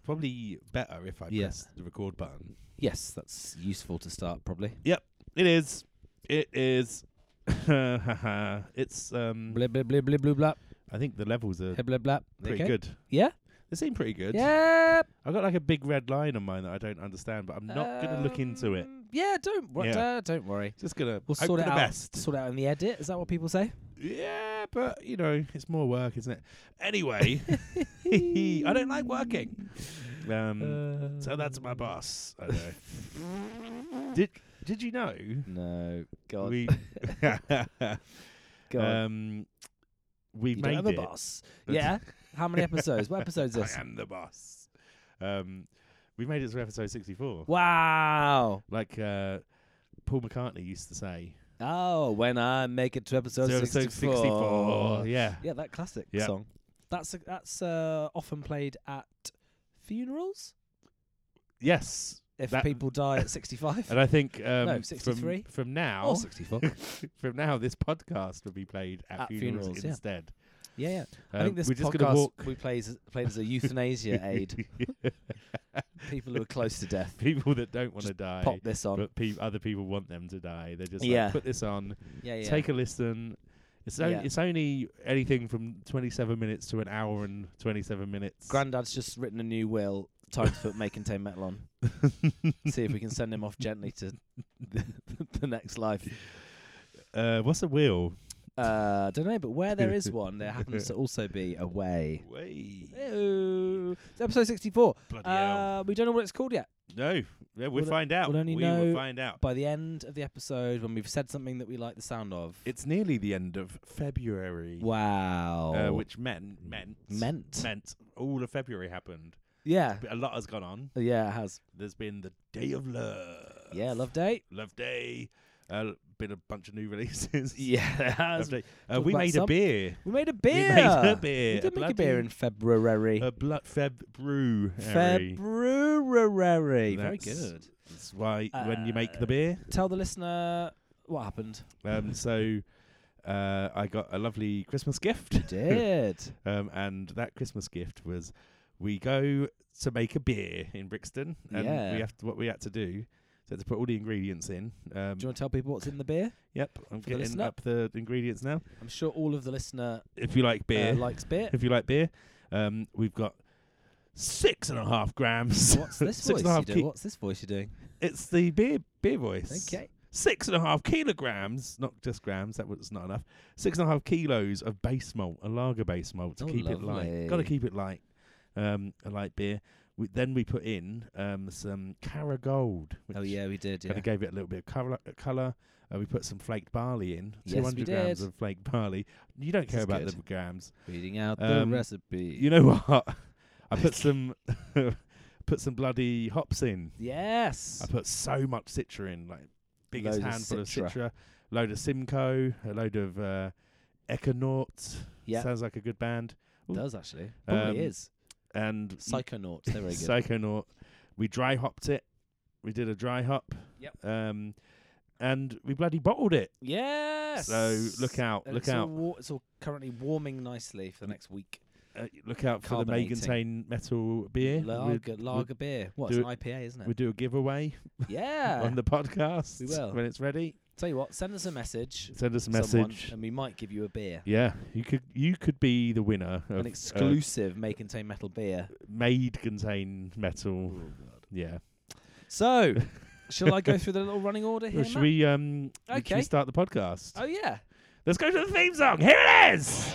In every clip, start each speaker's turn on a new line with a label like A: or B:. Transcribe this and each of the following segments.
A: probably better if I
B: Yes.
A: press the record button.
B: Yes, that's useful to start probably.
A: It is. It is. it's. Um.
B: Blip blip blip blip blip blip
A: I think the levels are
B: blip blip.
A: pretty
B: okay.
A: good.
B: Yeah.
A: They seem pretty good.
B: Yeah.
A: I got like a big red line on mine that I don't understand, but I'm not gonna look into it.
B: Um, Yeah, don't wor-
A: Yeah.
B: uh, don't worry.
A: Just gonna
B: We'll
A: hope
B: sort
A: for
B: it
A: the
B: out.
A: best.
B: Sort it out in the edit. Is that what people say?
A: Yeah, but you know, it's more work, isn't it? Anyway, I don't like working. Um, so that's my boss. I know. did Did you know
B: No. God.
A: we
B: God.
A: um we
B: you
A: made
B: don't have a
A: it.
B: boss. yeah. How many episodes? What episode is this?
A: I am the boss. Um, we made it to episode sixty four.
B: Wow.
A: Like uh, Paul McCartney used to say,
B: Oh, when I make it to episode,
A: So episode
B: 64.
A: 64, Yeah,
B: Yeah, that classic
A: Yeah.
B: song. That's a, that's uh, often played at funerals
A: yes.
B: if
A: That-
B: people die at 65
A: And I think um,
B: No,
A: from
B: 63.
A: from now,
B: or 64. yeah,
A: from now, this podcast will be played at,
B: At
A: funerals,
B: funerals, yeah.
A: instead.
B: yeah. I
A: Um,
B: think this
A: we're just
B: podcast
A: gonna walk.
B: we plays played as a euthanasia aid. People who are close to death.
A: people that don't want to die,
B: Pop this on.
A: but pe- other people want them to die. They just
B: Yeah.
A: like, put this on,
B: yeah, yeah.
A: take a listen. It's only,
B: Yeah.
A: it's only anything from 27 minutes to an hour and 27 minutes.
B: Granddad's just written a new will. Time to put may contain metal on. See if we can send him off gently to the, the next life.
A: uh, what's a wheel?
B: Uh, don't know, but where there is one, there happens to also be a way.
A: Way.
B: Ew. It's episode 64.
A: Bloody hell.
B: Uh, we don't know what it's called yet.
A: No, yeah, we'll
B: we'll-
A: find out.
B: we'll only
A: we will
B: know-
A: find out.
B: By the end of the episode, when we've said something that we like the sound of.
A: It's nearly the end of February,
B: wow.
A: uh, which meant meant
B: meant.
A: meant all of February happened.
B: Yeah.
A: But a lot has gone on.
B: Yeah, it has.
A: There's been the Day of Love.
B: Yeah, Love Day.
A: Love Day. Uh, been a bunch of new releases.
B: Yeah, it
A: Love
B: has.
A: Day. Uh,
B: Talk
A: we
B: about
A: made a
B: some-
A: beer.
B: We made a
A: We
B: beer.
A: made a beer.
B: We did make a beer in
A: bloody-
B: February.
A: a blood Feb brew.
B: February. Very
A: That's-
B: good.
A: That's why when you make the
B: Uh,
A: beer.
B: Tell the listener what happened.
A: Um, so uh, I got a lovely Christmas gift.
B: Did.
A: Um, and that Christmas gift was we go to make a beer in Brixton, and
B: Yeah.
A: we have to, what we had to do. So had to put all the ingredients in. Um,
B: Do you want to tell people what's in the beer?
A: yep, I'm
B: for the
A: getting
B: listener?
A: up the ingredients now.
B: I'm sure all of the listener
A: If you like beer,
B: uh, likes beer.
A: if you like beer, um, we've got six and a half grams.
B: What's this
A: Six
B: voice
A: and a
B: you
A: half
B: doing?
A: ki-
B: What's this voice you're doing?
A: It's the beer beer voice.
B: Okay.
A: Six and a half kilograms, not just grams. That was not enough. Six and a half kilos of base malt, a lager base malt, to
B: Oh,
A: keep it light. Got to
B: lovely.
A: keep it light. Um, a light beer. We, then we put in um, some Cara Gold, which
B: Oh yeah, we did. Yeah.
A: kind of gave it a little bit of colour. colour. Uh, we put some flaked barley in,
B: Yes, we
A: 200 grams
B: did.
A: of flaked barley. You don't
B: This
A: care
B: is
A: about
B: good.
A: the grams.
B: Reading out
A: Um,
B: the recipe.
A: You know what? I put some put some bloody hops in.
B: yes.
A: I put so much citra in, like biggest
B: Loads of
A: handful of citra.
B: citra.
A: load of Simcoe, a load of uh, Econaut.
B: Yeah.
A: sounds like a good band.
B: It does actually. Probably
A: Um,
B: is.
A: And
B: Psychonaut. They're very good.
A: Psychonaut. We dry hopped it. We did a dry hop.
B: Yep.
A: Um, and we bloody bottled it.
B: yes.
A: So look out,
B: And
A: look
B: it's all
A: out.
B: wa- it's all currently warming nicely for the next week.
A: Uh, look out for the May
B: Carbonating.
A: Contain Metal beer.
B: Lager,
A: We'd-
B: lager beer. What?
A: do
B: It's an IPA, isn't
A: We'll
B: it?
A: do a giveaway
B: Yeah.
A: on the podcast
B: We will.
A: when it's ready.
B: Tell you what, send us a message.
A: Send us a
B: someone,
A: message.
B: and we might give you a beer.
A: yeah, you could you could be the winner of
B: An
A: uh,
B: exclusive may contain metal beer.
A: made contain metal. Yeah.
B: So, shall I go through the little running order here?
A: Well, should
B: Matt?
A: we um should we
B: Okay.
A: start the podcast?
B: Oh yeah.
A: Let's go to the theme song. Here it is.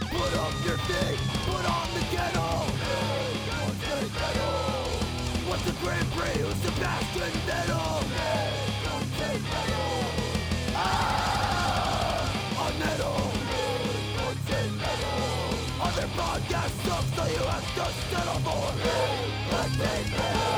C: Put on your feet, put on the ghetto. On the ghetto. What's the Grand Prix? Who's Sebastian Vettel? On the ghetto. Ah, on metal. On the ghetto. Other podcasts suck, so you have to settle for. On the ghetto.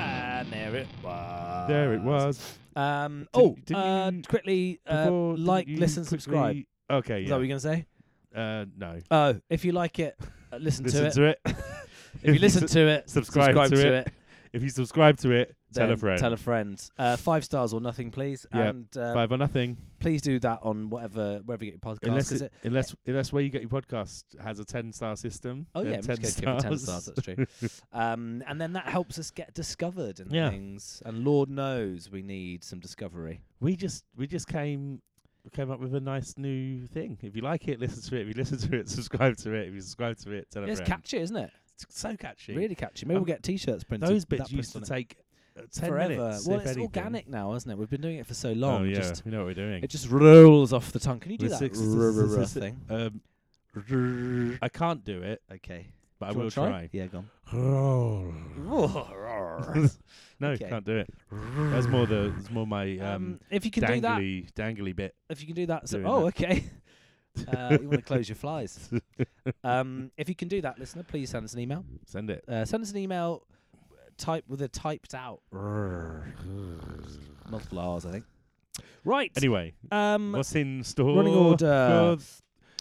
B: And there it was.
A: There it was.
B: Um. Oh.
A: didn't
B: uh,
A: you-
B: quickly, uh,
A: Before- didn't
B: like,
A: you
B: listen, subscribe.
A: quickly- Okay.
B: Is
A: Yeah.
B: that what you're gonna say?
A: uh, no.
B: Oh, if you like it, uh, listen,
A: Listen
B: to it.
A: to it.
B: If you listen to it,
A: subscribe to it. If you subscribe to it, tell a
B: then
A: friend.
B: Tell a friend. Uh, five stars or nothing, please.
A: Yeah,
B: And uh,
A: Five or nothing.
B: please do that on whatever wherever you get your podcast.
A: Unless
B: 'cause
A: it, unless unless where you get your podcast has a ten star system.
B: Oh
A: then
B: yeah,
A: 10
B: ten stars. Give it ten stars. That's true. um, and then that helps us get discovered and
A: Yeah.
B: things. And Lord knows we need some discovery.
A: we just we just came came up with a nice new thing. If you like it, listen to it. If you listen to it, subscribe to it. If you subscribe to it, tell a
B: it's
A: friend.
B: catchy, isn't it?
A: It's so catchy.
B: Really catchy. Maybe
A: Um,
B: we'll get T-shirts printed.
A: Those
B: with
A: bits
B: that
A: used to
B: print on it.
A: take uh, ten
B: forever.
A: minutes.
B: well,
A: if
B: it's
A: anything.
B: organic now, isn't it? We've been doing it for so
A: Oh
B: long.
A: yeah,
B: just,
A: we know what we're doing.
B: it just rolls off the tongue. Can you do
A: With
B: that
A: six-
B: r- r- r- thing?
A: Um, I can't do it,
B: Okay.
A: but I
B: Do you wanna
A: will try.
B: Yeah, go on.
A: Um, no,
B: Okay.
A: can't do it. That's more the that's more my um,
B: Um, if you can do that,
A: dangly dangly bit.
B: if you can do that, so,
A: doing
B: oh,
A: that.
B: okay. uh, you want to close your flies. Um, if you can do that, listener, please send us an email.
A: Send it.
B: Uh, send us an email. uh, Type with a typed out multiple R's, I think. Right.
A: Anyway,
B: um,
A: what's in store?
B: running order.
A: for-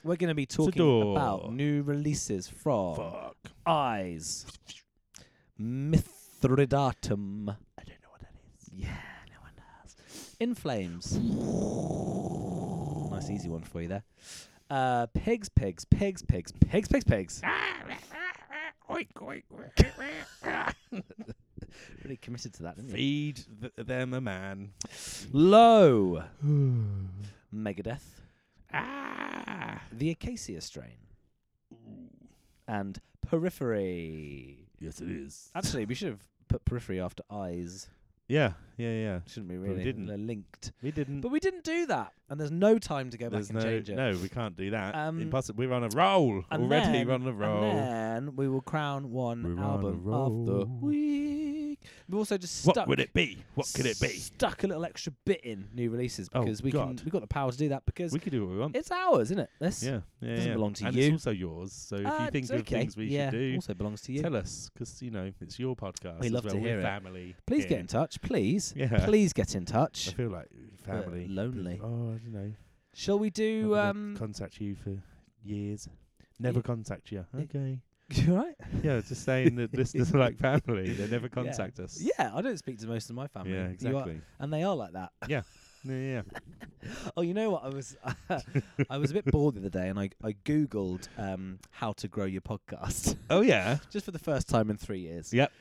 B: We're going to be talking
A: door.
B: about new releases from
A: Fuck.
B: Eyes, Mithridatum. I don't know what that is. Yeah, no one does. In Flames. nice easy one for you there. Uh, pigs, pigs, pigs, pigs, pigs, pigs, pigs. Really committed to that, didn't you?
A: Feed th- them a man.
B: Low. Megadeth.
A: ah.
B: The Acacia Strain. And Periphery.
A: Yes, it is.
B: Actually, we should have put Periphery after Eyes,
A: Yeah, yeah, yeah.
B: shouldn't we?
A: we
B: Really,
A: didn't.
B: They're linked.
A: We didn't.
B: But we didn't do that, and there's no time to go
A: There's
B: back
A: no,
B: and change it.
A: no, we can't do that.
B: Um,
A: Impossible. We're on a roll
B: And
A: already.
B: then-
A: we're on a roll.
B: And then we will crown one
A: We're on a
B: album of
A: roll.
B: the week. We also just
A: What
B: stuck.
A: would it be? What could it be?
B: Stuck a little extra bit in new releases
A: Oh,
B: because we
A: God.
B: can. We got the power to do that because
A: We could do what we want.
B: it's ours, isn't it? This
A: yeah, yeah,
B: doesn't
A: yeah.
B: belong to
A: and
B: you.
A: it's also yours. So if
B: Ah,
A: you think
B: it's
A: of
B: okay.
A: things we
B: yeah,
A: should do,
B: also belongs to you.
A: tell us because you know it's your podcast.
B: We
A: as
B: love to
A: well. We're
B: hear it.
A: Family.
B: Please
A: here.
B: get in touch. Please,
A: Yeah.
B: please get in
A: I
B: touch.
A: feel like family.
B: lonely.
A: Oh, I don't know.
B: Shall we do?
A: Never
B: Um,
A: contact you for years. Never
B: Yeah.
A: contact you.
B: Yeah.
A: Okay.
B: you all right?
A: yeah, just saying that listeners are like family. They never contact us.
B: Yeah, I don't speak to most of my family.
A: Yeah,
B: You are-
A: exactly.
B: and they are like that.
A: Yeah, yeah.
B: Oh, you know what? I was I was a bit bored the other day, and I I googled um how to grow your podcast
A: Oh yeah.
B: just for the first time in three years.
A: Yep.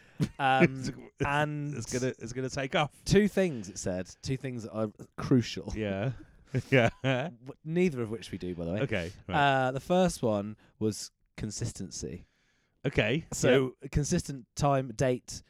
B: Um,
A: it's,
B: and
A: gonna it's gonna take off.
B: two things it said. Two things that are crucial.
A: Yeah. yeah.
B: w- Neither of which we do, by the way.
A: Okay. Right.
B: Uh, the first one was consistency.
A: okay.
B: So consistent time, date,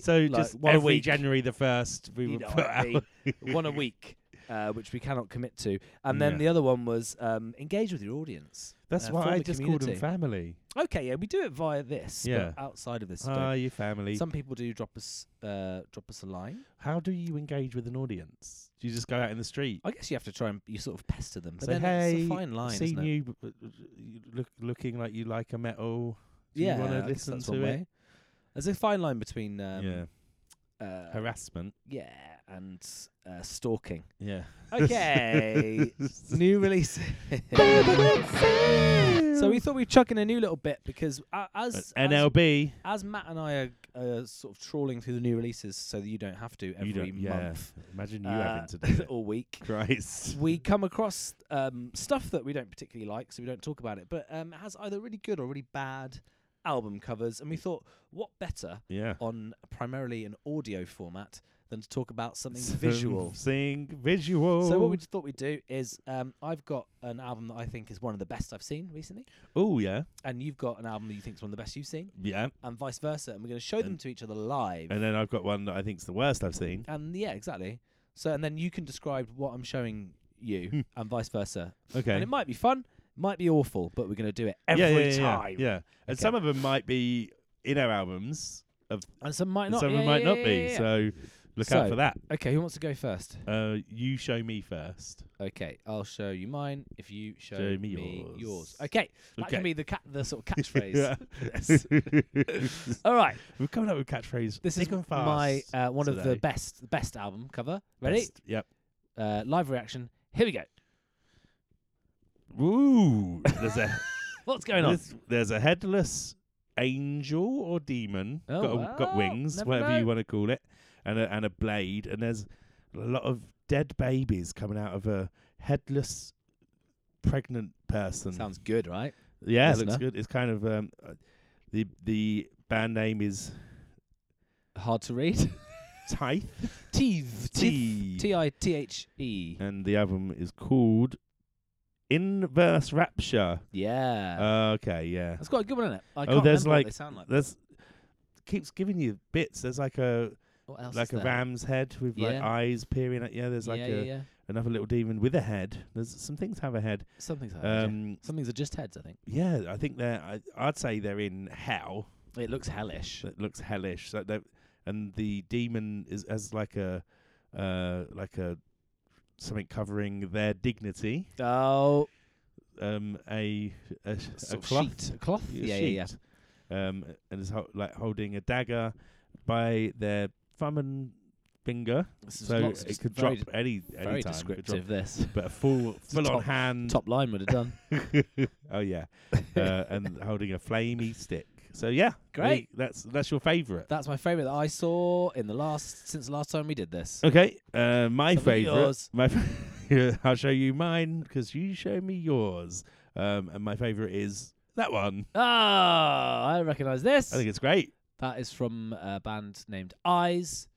A: yeah. so
B: like,
A: just
B: one
A: every
B: a week.
A: January the first we
B: You
A: would
B: know
A: put
B: what I
A: out
B: one a week, uh, which we cannot commit to. And then
A: Yeah.
B: the other one was um, engage with your audience.
A: That's
B: uh,
A: why
B: form
A: I
B: a
A: just called them
B: community.
A: family.
B: Okay, yeah, we do it via this,
A: Yeah.
B: but outside of this, we don't.
A: Ah, you family.
B: some people do drop us uh, drop us a line.
A: How do you engage with an audience? Do you just go out in the street?
B: I guess you have to try and you sort of pester them. But
A: Say,
B: then it's
A: "Hey,
B: a fine line,
A: Seen
B: isn't it?
A: you b- b- you uh, look looking like you like a metal. Do
B: yeah,
A: you want
B: I
A: to
B: guess
A: listen
B: that's
A: to
B: one
A: it?
B: way. There's a fine line between um,
A: yeah,
B: uh,
A: harassment.
B: yeah, and uh, stalking.
A: Yeah.
B: Okay, new releases. so we thought we'd chuck in a new little bit because uh, as as-
A: NLB.
B: As Matt and I are uh, sort of trawling through the new releases so that you don't have to
A: You
B: every
A: don't- yeah.
B: month
A: Imagine you
B: uh,
A: having to do it.
B: or week,
A: Christ.
B: we come across um, stuff that we don't particularly like, so we don't talk about it. But um, it has either really good or really bad album covers, and we
A: Mm.
B: thought, what better
A: Yeah.
B: on primarily an audio format than to talk about something
A: Some
B: visual?
A: Sing visual.
B: So what we thought we'd do is um, I've got an album that I think is one of the best I've seen recently,
A: Oh yeah.
B: and you've got an album that you think is one of the best you've seen,
A: Yeah.
B: and vice versa. And we're going to show them to each other live.
A: And then I've got one that I think's the worst I've seen.
B: And yeah, exactly. So and then you can describe what I'm showing
A: Hmm.
B: you, and vice versa. And
A: Okay.
B: it might be fun, might be awful, but we're gonna do it every
A: Yeah, yeah, yeah, yeah,
B: time.
A: Yeah. And some of them might be in our albums.
B: And some might
A: And
B: not.
A: some of
B: yeah,
A: them might
B: yeah,
A: not
B: yeah,
A: be.
B: yeah, yeah.
A: So look out
B: So-
A: for that.
B: okay, who wants to go first?
A: Uh, you show me first.
B: Okay, I'll show you mine if you show,
A: Show me
B: me
A: yours.
B: yours. Okay, that
A: Okay.
B: can be the cat, the sort of catchphrase.
A: Yeah.
B: Yes. All right,
A: We're coming up with catchphrase.
B: this
A: thick
B: is
A: and fast
B: my uh, one of
A: today.
B: the best, the best album cover. Ready?
A: Best- Yep.
B: Uh, live reaction. Here we go.
A: Woo! There's a
B: What's going on?
A: There's, there's a headless angel or demon.
B: Oh,
A: got, a- got
B: wow.
A: wings,
B: Never
A: whatever you
B: know.
A: want to call it, and a, and a blade. And there's a lot of dead babies coming out of a headless pregnant person.
B: Sounds good, right?
A: yeah, it
B: listener.
A: looks good. It's kind of um, uh, the the band name is
B: Hard to read.
A: Tithe,
B: Teeth.
A: T.
B: T I T H E.
A: and the album is called Inverse Rapture.
B: Yeah.
A: okay, yeah.
B: That's quite a good one, isn't it? I
A: Uh, Oh,
B: can't
A: there's
B: remember what
A: like-
B: they sound like.
A: That's keeps giving you bits. There's like a
B: What else
A: like
B: is
A: a
B: there?
A: ram's head with like
B: Yeah.
A: eyes peering at you. There's like
B: yeah,
A: a,
B: yeah, yeah.
A: another little demon with a head. There's some things have a head.
B: Something's like that. yeah.
A: Um,
B: Some things are just heads, I think.
A: yeah, I think they're. I, I'd say they're in hell.
B: It looks hellish.
A: It looks hellish. So they and the demon is as like a uh, like a something covering their dignity.
B: Oh,
A: Um, a a, a
B: sort of
A: cloth.
B: sheet. A cloth?
A: a
B: Yeah, yeah, yeah.
A: sheet. Um, and is ho- like holding a dagger by their thumb and finger,
B: This is
A: so
B: lots of
A: it
B: just
A: could drop
B: very,
A: any any
B: very
A: time. It could drop
B: descriptive, this.
A: but a full
B: a
A: full on
B: top-
A: hand.
B: Top line would have done.
A: oh yeah, uh, and holding a flamey stick. So yeah, there
B: Great.
A: you- that's that's your favourite.
B: That's my favourite that I saw in the last since the last time we did this.
A: Okay, uh, my
B: Tell me
A: favourite.
B: yours.
A: My fa- I'll show you mine because you show me yours. Um, and my favourite is that one.
B: Ah, I recognise this.
A: I think it's great.
B: That is from a band named Eyes,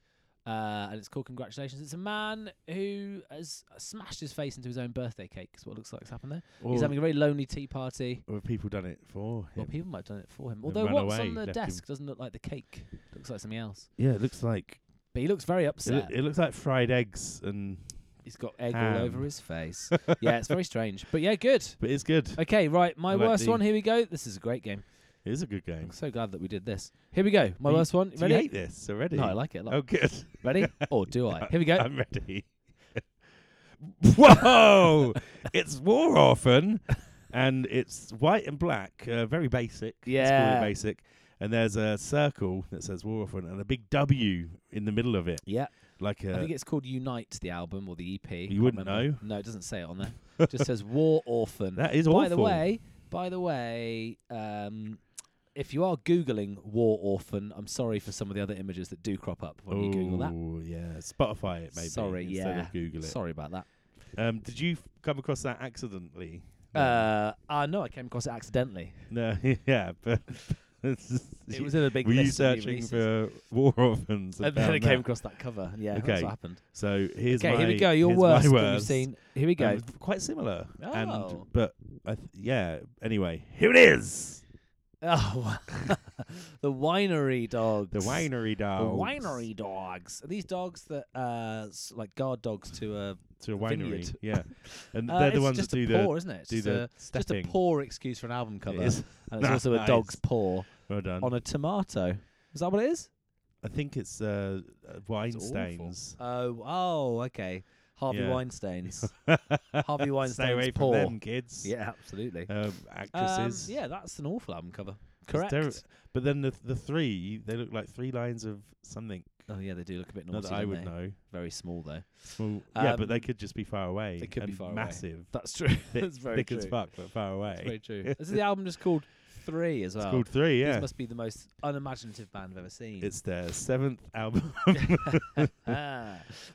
B: uh, and it's called Congratulations. It's a man who has smashed his face into his own birthday cake. Is what it looks like has happened there.
A: Or,
B: He's having a very lonely tea party.
A: or have people done it for him?
B: Well, people might have done it for him.
A: They
B: Although
A: ran
B: what's
A: away,
B: on the
A: left
B: desk doesn't look like the cake. It looks like something else.
A: yeah, it looks like
B: But he looks very
A: it,
B: upset.
A: loo- it looks like fried eggs, and
B: He's got egg all
A: Ham.
B: over his face. yeah, it's very strange. But yeah, good.
A: but it's good.
B: Okay, right. My
A: I like
B: worst
A: the-
B: one. Here we go. This is a great game.
A: It is a good game.
B: I'm so glad that we did this. Here we go. My
A: You-
B: worst one.
A: Do you
B: Ready?
A: hate this already?
B: No, I like it a lot.
A: Oh, good.
B: Ready? Or do I? Here we go.
A: I'm ready. Whoa! it's War Orphan, and it's white and black, uh, very basic. Let's call it
B: Yeah.
A: basic. And there's a circle that says War Orphan and a big W in the middle of it,
B: Yeah.
A: like
B: I think
A: a
B: it's called Unite, the album or the EP. Can't
A: wouldn't
B: remember. No, it doesn't say it on there. It just says War Orphan.
A: that is
B: by
A: awful.
B: the way, by the way, um, if you are googling War Orphan, I'm sorry for some of the other images that do crop up when you Google that.
A: Oh, yeah, Spotify it maybe.
B: Sorry,
A: instead
B: yeah.
A: of Google it.
B: Sorry about that.
A: Um, did you f- come across that accidentally?
B: Uh, uh, no, I came across it accidentally.
A: no, yeah, but
B: It was in a big
A: were you
B: list of new
A: searching
B: releases.
A: for War Orphans?
B: And then I
A: found
B: came
A: that?
B: across that cover. Yeah,
A: Okay.
B: that's what happened.
A: So here's
B: okay,
A: my
B: here we go. Your
A: here's
B: worst,
A: my
B: that you've
A: worst.
B: seen. Here we go.
A: Um, quite similar.
B: Oh.
A: And but I th- yeah. Anyway, here it is.
B: oh, the winery dogs.
A: The winery
B: The
A: dog.
B: winery dogs. Are these dogs that uh s- like guard dogs to a
A: to a winery.
B: vineyard.
A: Yeah, and
B: Uh,
A: they're the
B: it's
A: ones that
B: just
A: do
B: a
A: the
B: paw, isn't it? It's
A: do
B: just,
A: the
B: a, just a
A: stepping.
B: poor excuse for an album
A: It
B: cover.
A: is-
B: And it's also a
A: Nice.
B: dog's paw
A: well done.
B: on a tomato. Is that what it is?
A: I think it's uh, uh, wine
B: It's awful.
A: stains.
B: Oh, oh, okay. Harvey
A: Yeah.
B: Weinstein's.
A: Harvey
B: Weinstein's
A: Stay away
B: paw.
A: from them, kids.
B: yeah, absolutely.
A: Um,
B: Um,
A: actresses.
B: yeah, that's an awful album cover.
A: It's
B: Correct.
A: terri- but then the the three, they look like three lines of something.
B: oh yeah, they do look a bit naughty.
A: Not that I
B: don't
A: would
B: they?
A: know.
B: Very small though.
A: Small. yeah, but they
B: eh? Um,
A: could just be far away.
B: they could be
A: and
B: far away.
A: massive.
B: That's true.
A: Thick,
B: that's very
A: thick
B: true.
A: as fuck, but far away.
B: That's very true. this is the album just called Three as well.
A: It's called Three,
B: These
A: yeah.
B: must be the most unimaginative band I've ever seen.
A: It's their seventh album.
B: ah.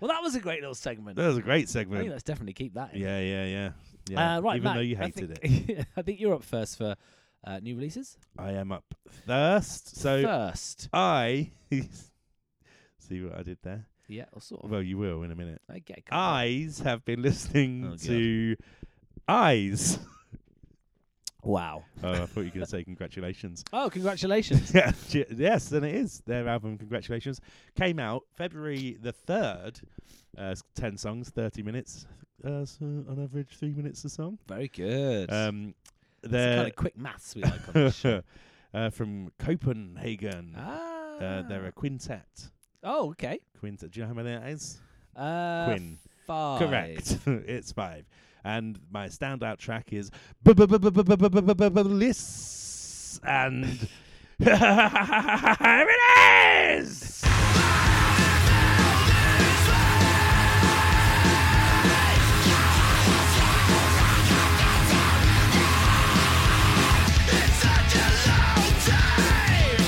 B: Well, that was a great little segment.
A: that was a great
B: I think
A: segment.
B: let's definitely keep that in.
A: Yeah, yeah, yeah. yeah.
B: Uh, right,
A: Even
B: Matt,
A: though you
B: I
A: hated it.
B: think, it. I think you're up first for uh, new releases.
A: I am up first. So
B: first.
A: I. see what I did there?
B: Yeah, or sort of.
A: Well, you will in a minute.
B: Okay, come on.
A: Eyes have been listening
B: Oh, God.
A: to Eyes.
B: Wow.
A: Oh, I thought you were going to say congratulations.
B: Oh, congratulations.
A: Yeah, j- yes, then it is their album. Congratulations, came out February the third. Uh, s- ten songs, thirty minutes. Uh, so on average, three minutes a song.
B: Very good.
A: Um,
B: That's the kind
A: they're
B: of quick maths we like on this show.
A: uh, from Copenhagen.
B: ah.
A: Uh, they're a quintet.
B: oh, okay.
A: Quintet. Do you know how many that is?
B: Uh,
A: Quinn.
B: Five.
A: Correct. it's five. And my standout track is Bliss and Here it is.
D: Such a long time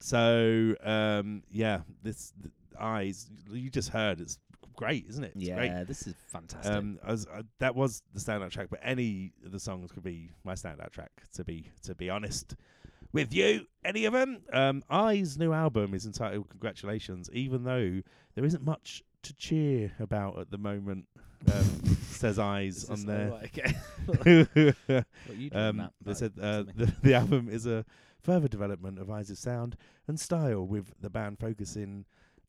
A: So um, yeah, this th- eyes you just heard it's great, isn't it? It's
B: yeah,
A: great.
B: this is fantastic.
A: Um, I was, uh, that was the standout track, but any of the songs could be my standout track. To be to be honest with you, any of them. Um, I's new album is entitled "Congratulations," even though there isn't much to cheer about at the moment. Um, says I's
B: This
A: on
B: is-
A: there.
B: alright, okay. What you doing,
A: um,
B: Matt?
A: they
B: No,
A: said uh,
B: it's me.
A: the, the album is a further development of Eyes of Sound and style, with the band focusing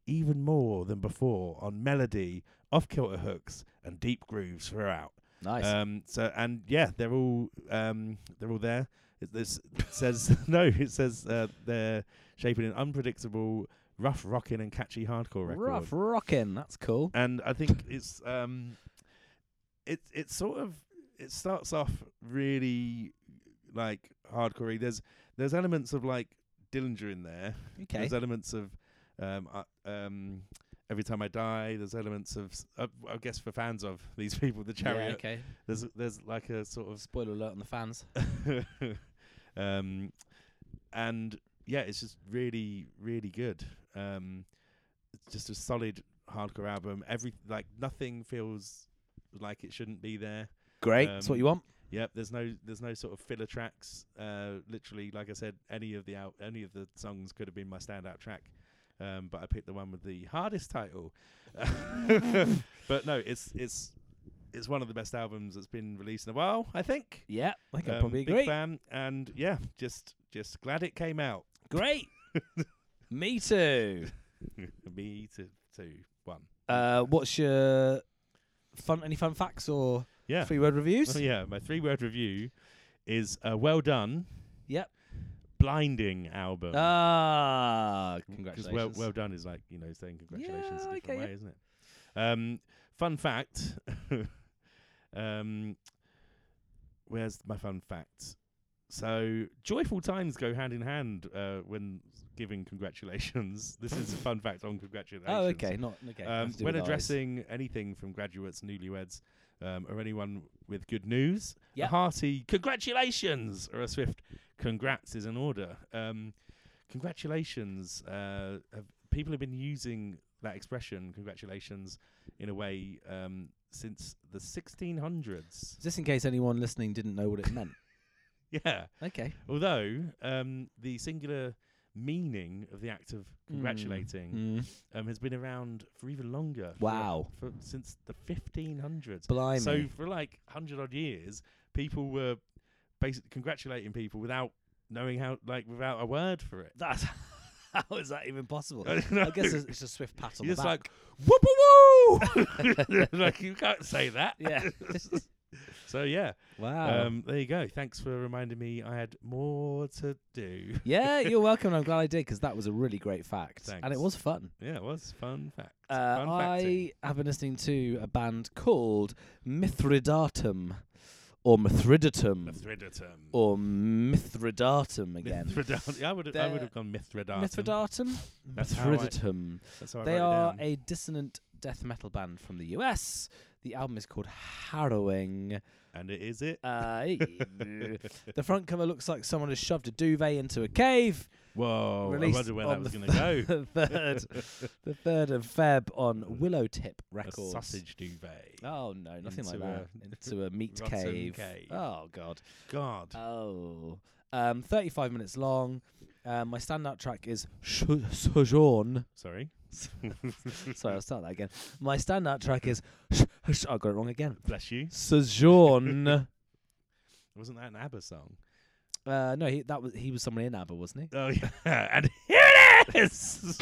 A: even more than before on melody, off kilter hooks, and deep grooves throughout.
B: nice.
A: Um, so and yeah, they're all um, they're all there. It, this says no. It says uh, they're shaping an unpredictable, rough rocking and catchy hardcore record.
B: Rough rocking. That's cool.
A: And I think it's um, it it sort of it starts off really like hardcorey. There's there's elements of like Dillinger in there.
B: Okay.
A: There's elements of um, uh, um, every time I die. There's elements of s- uh, I guess for fans of these people, the
B: Yeah,
A: chariot.
B: okay.
A: There's there's like a sort of
B: Spoiler alert on the fans.
A: um, and yeah, it's just really, really good. Um, it's just a solid hardcore album. Every like nothing feels like it shouldn't be there.
B: Great. that's what
A: Um,
B: you want.
A: Yep, there's no there's no sort of filler tracks. Uh, literally, like I said, any of the out any of the songs could have been my standout track. Um, but I picked the one with the hardest title. but no, it's it's it's one of the best albums that's been released in a while. I think.
B: Yeah, I think I
A: Um,
B: probably
A: big
B: agree.
A: fan, and yeah, just just glad it came out.
B: Great. Me too.
A: Me to two one.
B: Uh, what's your fun? Any fun facts or
A: Yeah,
B: three word reviews?
A: Well, yeah. My three word review is uh, well done.
B: Yep.
A: Blinding album.
B: Ah,
A: Because
B: congratulations.
A: well, well done is like you know saying congratulations in
B: Yeah,
A: a different
B: okay,
A: way, isn't it? Um, fun fact. um, where's my fun fact? So joyful times go hand in hand uh, when giving congratulations. this is a fun fact on congratulations.
B: oh, okay. Not okay.
A: Um,
B: nothing to do
A: when
B: with eyes.
A: addressing anything from graduates, newlyweds, um, or anyone with good news,
B: Yep.
A: a hearty congratulations or a swift congrats is in order. Um, congratulations. Uh, have, people have been using that expression, congratulations, in a way um, since the 1600s.
B: just in case anyone listening didn't know what it meant.
A: Yeah.
B: okay.
A: Although um, the singular meaning of the act of congratulating
B: Mm.
A: um, has been around for even longer. for-
B: Wow.
A: for, since the 1500s.
B: Blimey.
A: So for like hundred odd years, people were basically congratulating people without knowing how, like, without a word for it.
B: that's how is that even possible?
A: I
B: I,
A: know.
B: guess it's, it's a swift pat on
A: You're
B: the
A: just
B: back.
A: like whoop woo woo, like you can't say that.
B: yeah.
A: So yeah,
B: wow.
A: um, there you go. Thanks for reminding me. I had more to do.
B: yeah, you're welcome. and I'm glad I did because that was a really great fact, and
A: Thanks.
B: it was fun.
A: Yeah, it was fun fact.
B: Uh,
A: fun facting.
B: I have been listening to a band called Mithridatum, or Mithridatum,
A: Mithridatum.
B: or Mithridatum again.
A: Mithridatum. I would I
B: They're-
A: would have gone Mithridatum.
B: Mithridatum?
A: That's how I-
B: Mithridatum.
A: That's how I
B: They
A: wrote it
B: are
A: down.
B: a dissonant death metal band from the US. The album is called Harrowing.
A: and it is it.
B: Uh, the front cover looks like someone has shoved a duvet into a cave.
A: Whoa! Oh, I
B: released
A: wonder where that
B: on
A: was
B: the
A: going to go.
B: The third, the third of Feb on Willow Tip Records.
A: A sausage duvet.
B: Oh no, nothing like
A: Into
B: that.
A: a-
B: Into a meat
A: rotten
B: cave.
A: cave.
B: Oh god.
A: God.
B: Oh. Um, 35 minutes long. Um, my standout track is Sho- Sojourn.
A: Sorry.
B: Sorry, I'll start that again. My standout track is. Sh- sh- I got it wrong again.
A: Bless you.
B: Sojourn.
A: Wasn't that an ABBA song?
B: uh, no, he, that was he was someone in ABBA, wasn't he?
A: Oh, yeah. and here it is!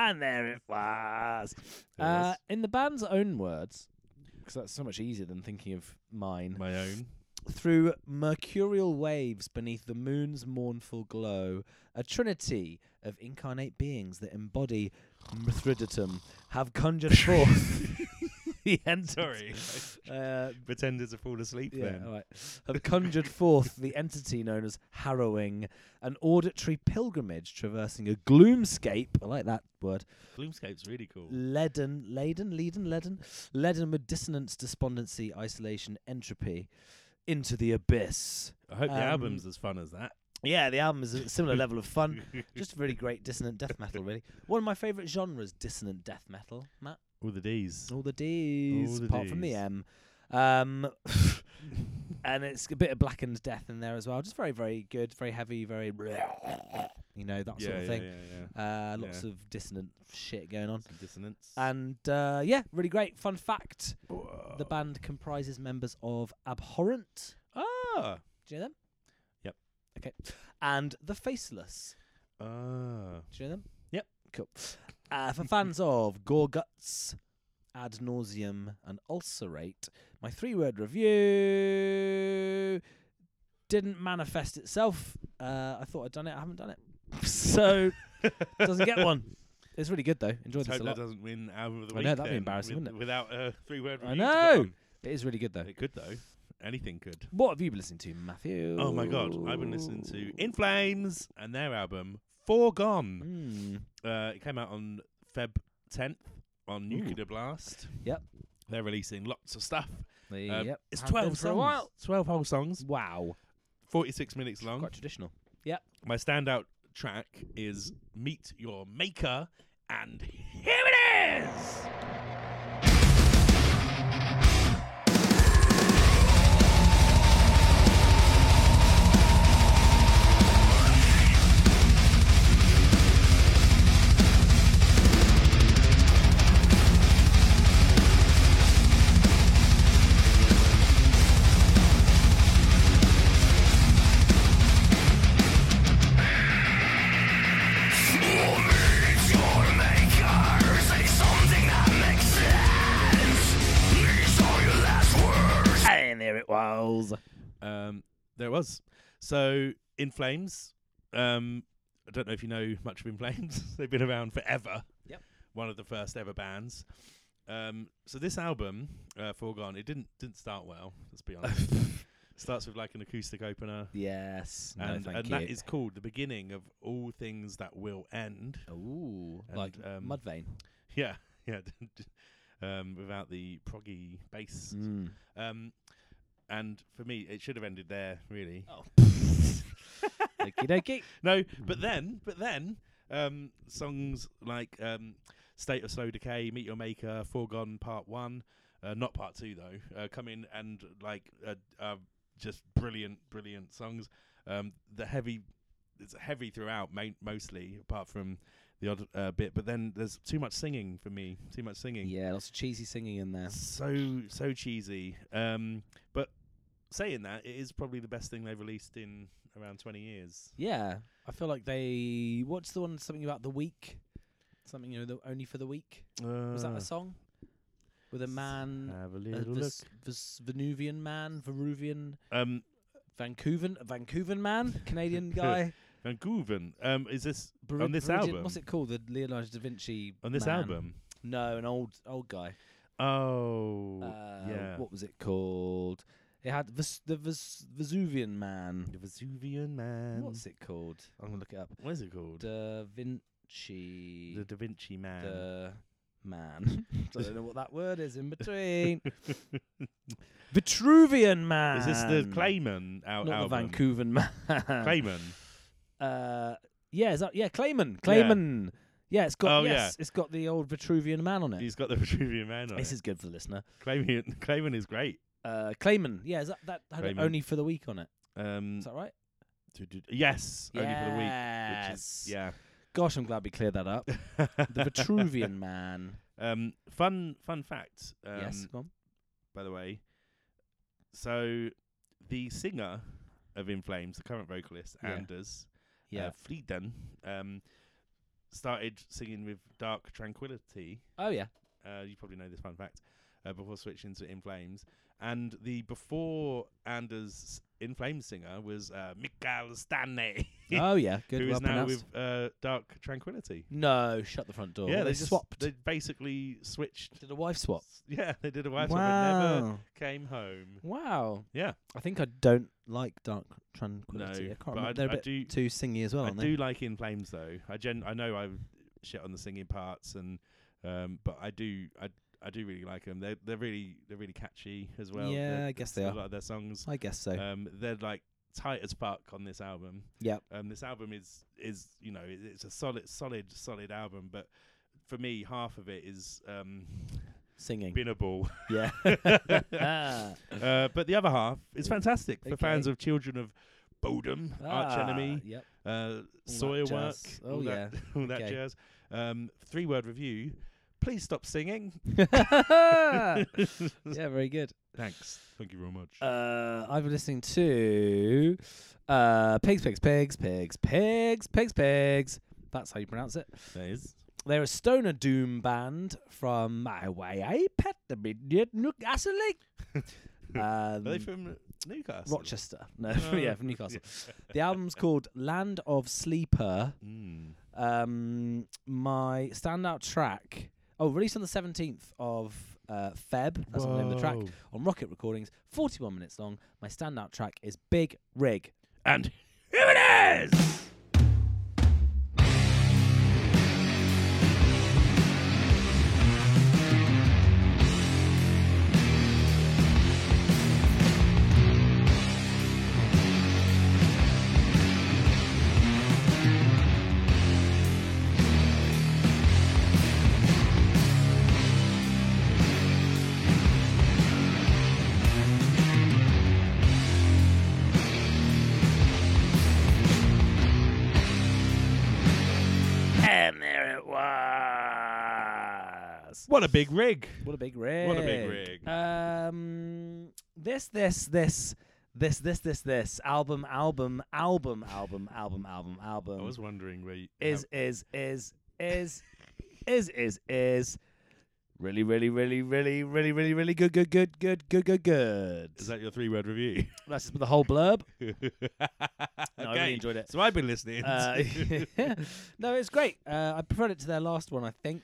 B: And there it was.
A: There it
B: Uh,
A: is.
B: in the band's own words, because that's so much easier than thinking of mine.
A: My own.
B: Through mercurial waves beneath the moon's mournful glow, a trinity of incarnate beings that embody Mithridatum have conjured forth the entity.
A: Sorry.
B: Uh,
A: Pretended to fall asleep
B: yeah,
A: then.
B: all right. Have conjured forth the entity known as Harrowing, an auditory pilgrimage traversing a gloomscape. I like that word.
A: Gloomscape's really cool.
B: Leaden, laden, leaden, leaden, leaden with dissonance, despondency, isolation, entropy, into the abyss.
A: I hope
B: Um,
A: the album's as fun as that.
B: Yeah, the album is a similar level of fun. Just really great dissonant death metal, really. One of my favourite genres, dissonant death metal. Matt,
A: All the D's.
B: all the D's,
A: the
B: apart from the
A: Ds.
B: M. Um, and it's a bit of blackened death in there as well. Just very, very good, very heavy, very, you know, that sort of thing. Uh, lots
A: Yeah.
B: of dissonant shit going on.
A: Some dissonance.
B: And uh, yeah, really great. Fun fact the
A: Whoa.
B: band comprises members of Abhorrent.
A: Ah.
B: Do you know them?
A: Yep.
B: Okay. And The Faceless.
A: Ah.
B: Do you know them?
A: Yep.
B: Cool. Uh, for fans of Gore Guts, Ad Nauseum, and Ulcerate, my three word review didn't manifest itself. Uh, I thought I'd done it. I haven't done it. So, doesn't get one. It's really good, though. Enjoyed
A: Let's
B: this
A: hope
B: a
A: that
B: lot.
A: doesn't win album of the
B: I
A: week.
B: know, that'd be
A: then,
B: embarrassing,
A: with-
B: wouldn't it?
A: Without a three-word
B: I
A: review. to put
B: know.
A: on.
B: It is really good, though.
A: It could though. Anything could.
B: What have you been listening to, Matthew?
A: Oh my god, I've been listening to In Flames and their album Foregone.
B: Mm.
A: Uh, it came out on Feb 10th on Nuclear Blast.
B: Yep.
A: They're releasing lots of stuff. Um,
B: yep.
A: It's
B: Have been
A: 12
B: for a
A: songs.
B: while.
A: 12 whole songs,
B: Wow.
A: 46 minutes long.
B: Quite traditional.
A: My standout track is Meet Your Maker, and here it is!
B: And there it was.
A: Um, there it was. So In Flames, um, I don't know if you know much of In Flames. They've been around forever.
B: Yep.
A: One of the first ever bands. Um, so this album, uh, Foregone, it didn't didn't start well. Let's be honest. Starts with like an acoustic opener,
B: Yes. No,
A: and,
B: thank
A: and
B: you.
A: that is called the beginning of all things that will end.
B: Ooh,
A: And,
B: like
A: um,
B: Mudvayne.
A: Yeah, yeah. um, without the proggy bass.
B: Mm.
A: Um, and for me, it should have ended there, really.
B: Oh. Okie dokie.
A: No,
B: Mm.
A: but then, but then, um, songs like um, "State of Slow Decay," "Meet Your Maker," "Foregone Part One," uh, not Part Two though, uh, come in and like uh, uh, just brilliant, brilliant songs. Um, the heavy, it's heavy throughout, main, mostly apart from the odd uh, bit. But then there's too much singing for me, too much singing.
B: Yeah, lots of cheesy singing in there.
A: So so cheesy. Um, but saying that, it is probably the best thing they've released in around 20 years.
B: Yeah, I feel like they. What's the one? Something about the week. Something you know, the, only for the week. Was that
A: Uh,
B: a song? With a man,
A: Have a
B: a
A: little
B: Ves- Ves- Venuvian man, Veruvian,
A: Um,
B: Vancouver, Vancouver man, Canadian guy.
A: Vancouver. Um, is this
B: Veru-
A: on this
B: Verugian-
A: album?
B: what's it called? The Leonardo da Vinci.
A: on this
B: man.
A: album?
B: No, an old old guy.
A: Oh,
B: uh,
A: yeah.
B: What was it called? It had Ves- the Ves- Vesuvian man.
A: The Vesuvian Man.
B: What's it called? I'm gonna look it up.
A: What is it called?
B: Da Vinci.
A: the Da Vinci Man.
B: The man. I don't know what that word is in between. Vitruvian man.
A: is this the Clayman al-
B: Not the
A: album?
B: Vancouver man.
A: Clayman.
B: Uh, yeah, is that yeah? Clayman.
A: Yeah.
B: Clayman. Yeah, it's got
A: Oh, yeah.
B: yes, it's got the old Vitruvian man on it.
A: He's got the Vesuvian Man on
B: this
A: it.
B: is good for the listener.
A: Clayman, Clayman is great.
B: Uh, Clayman. Yeah, is that that had it
A: Clayman.
B: only for the week on it?
A: Um,
B: Is that right?
A: do- do- yes, only for the week. Which
B: Yes.
A: is, yeah.
B: Gosh, I'm glad we cleared that up. The Vitruvian man.
A: Um, fun, fun fact. Um,
B: yes. Go on.
A: by the way. So, the singer of In Flames, the current vocalist
B: Yeah.
A: Anders
B: Yeah.
A: uh, Fleeden, um, started singing with Dark Tranquility.
B: oh yeah.
A: Uh, you probably know this fun fact. Uh, before switching to In Flames, And the before Anders in Flames singer was uh, Mikael Stanley,
B: oh yeah, good.
A: who
B: well
A: is now
B: pronounced.
A: with uh, Dark Tranquility.
B: No, shut the front door.
A: yeah,
B: they,
A: just-
B: swapped.
A: They basically switched.
B: did a wife swap.
A: Yeah, they did a wife swap and never
B: Wow.
A: came home.
B: Wow.
A: Yeah,
B: I think I don't like Dark Tranquility.
A: No,
B: I can't
A: but
B: remember.
A: I-
B: They're a
A: I
B: bit
A: do-
B: too singy as well,
A: I
B: aren't
A: do like In Flames though. I gen I know I shit on the singing parts and um, but I do I I do really like them. They they're really they're really catchy as well.
B: Yeah,
A: They're-
B: I guess
A: a
B: they are. Oh.
A: lot of their songs.
B: they? I guess so.
A: Um, they're like tight as fuck on this album.
B: Yep.
A: Um, this album is is you know it, it's a solid solid solid album, but for me half of it is um,
B: Singing.
A: binnable.
B: yeah.
E: Ah.
A: Uh, but the other half is fantastic for
E: Okay.
A: fans of Children of Bodom,
B: Ah,
A: Arch Enemy,
B: Yep.
A: uh, Soil Work,
B: jazz. Oh,
A: all that, all that
B: Okay.
A: jazz. Um, three word review. Please stop singing.
B: yeah, very good.
A: Thanks. Thank you very much.
B: Ah. Uh, I've been listening to uh, Pigs, Pigs, Pigs, Pigs, Pigs, Pigs, Pigs. That's how you pronounce it.
A: that is.
B: They're a stoner doom band from my way. I pet the midnight nook asleep. Um,
A: Are they from Newcastle?
B: Rochester. No,
A: Oh,
B: yeah, from Newcastle. The album's called Land of Sleeper.
A: Mm.
B: Um, my standout track. Oh, released on the 17th of uh, Feb. That's the name of the track.
A: Whoa.
B: On Rocket Recordings, 41 minutes long. My standout track is Big Rig.
A: And here it is.
B: And there it was.
A: What a big rig.
B: What a big rig.
A: What a big rig.
B: Um, this, this, this, this, this, this, this album, album, album, album, album, album, album.
A: I was wondering where you,
B: is is is is is is is really really really really really really really good good good good good good good.
A: Is that your three word review?
B: That's just the whole blurb. I really
A: Okay,
B: enjoyed it.
A: So I've been listening.
B: Uh, no, it's great. Uh, I preferred it to their last one. I think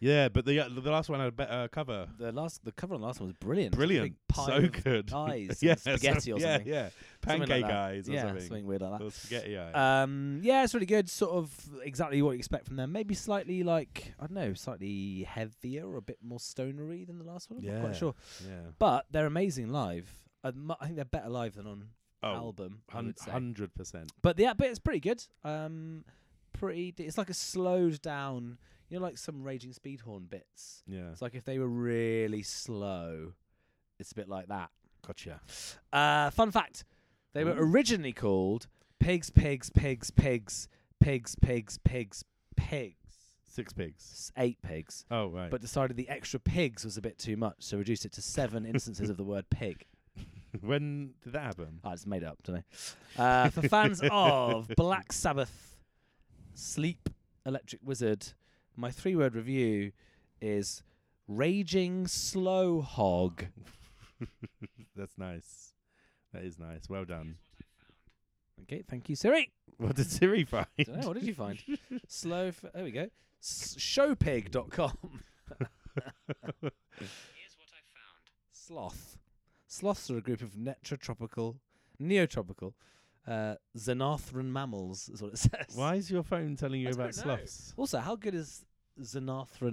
A: yeah, but the uh, the last one had a better cover.
B: the last the cover on the last one was brilliant. It was a
A: Brilliant.
B: big pie
A: So
B: of
A: good.
B: Eyes, and
A: yeah, so-
B: spaghetti or
A: yeah,
B: something.
A: Yeah,
B: Something like
A: Pancake
B: that.
A: eyes or
B: yeah,
A: something.
B: something weird like that.
A: Or spaghetti eyes.
B: Um, yeah, it's really good. Sort of exactly what you expect from them. Maybe slightly like I don't know, slightly heavier or a bit more stonery than the last one. I'm not
A: Yeah.
B: quite sure.
A: yeah.
B: But they're amazing live. I mu- I think they're better live than on
A: Oh,
B: album. I
A: hun-
B: would say.
A: hundred percent.
B: But the but it's pretty good. Um, pretty. d- It's like a slowed down. You know, like some Raging Speedhorn bits.
A: Yeah.
B: It's like if they were really slow. It's a bit like that.
A: Gotcha.
B: Uh, fun fact: they were originally called Pigs, Pigs, Pigs, Pigs, Pigs, Pigs, Pigs, Pigs.
A: Six pigs.
B: S- Eight pigs.
A: Oh right.
B: But decided the extra pigs was a bit too much, so reduced it to seven instances of the word pig.
A: when did that happen?
B: Oh, it's made up, don't know. Uh, for fans of Black Sabbath, Sleep, Electric Wizard, my three word review is Raging Slow Hog.
A: That's nice. That is nice. Well done.
B: Okay, thank you, Siri.
A: What did Siri find?
B: Dunno, what did you find? Slow, f- there we go. S- showpig.com. Sloth. Sloths are a group of netrotropical, neotropical, uh, xenothran mammals, is what it says.
A: Why is your phone telling you
B: I
A: about
B: don't know.
A: sloths?
B: Also, how good is Xenathran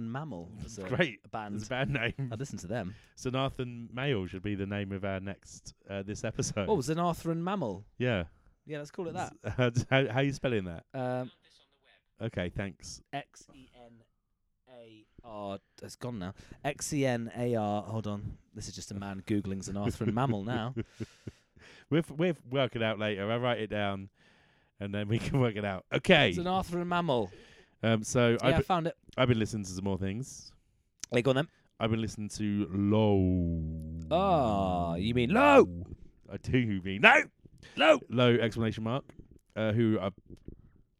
B: Mammal? as a
A: Great.
B: band.
A: It's a bad name.
B: I listen to them.
A: Sonathan Mail should be the name of our next uh, this episode.
B: Oh, Xenathran Mammal.
A: yeah.
B: Yeah, let's call it that.
A: How, how, how you spelling that?
B: Um,
A: Okay, thanks.
B: X E N A R. It's gone now. X E N A R. Hold on. This is just a man googling Xenathran Mammal now.
A: We'll f- we'll f- work it out later. I'll write it down, and then we can work it out. Okay.
B: Xenathran Mammal.
A: Um. So
B: Yeah, I
A: I've, be-
B: found it.
A: I've been listening to some more things.
B: Hey, go on then.
A: I've been listening to low.
B: Ah, you mean low?
A: I do mean no, low, low exclamation mark. Uh, who are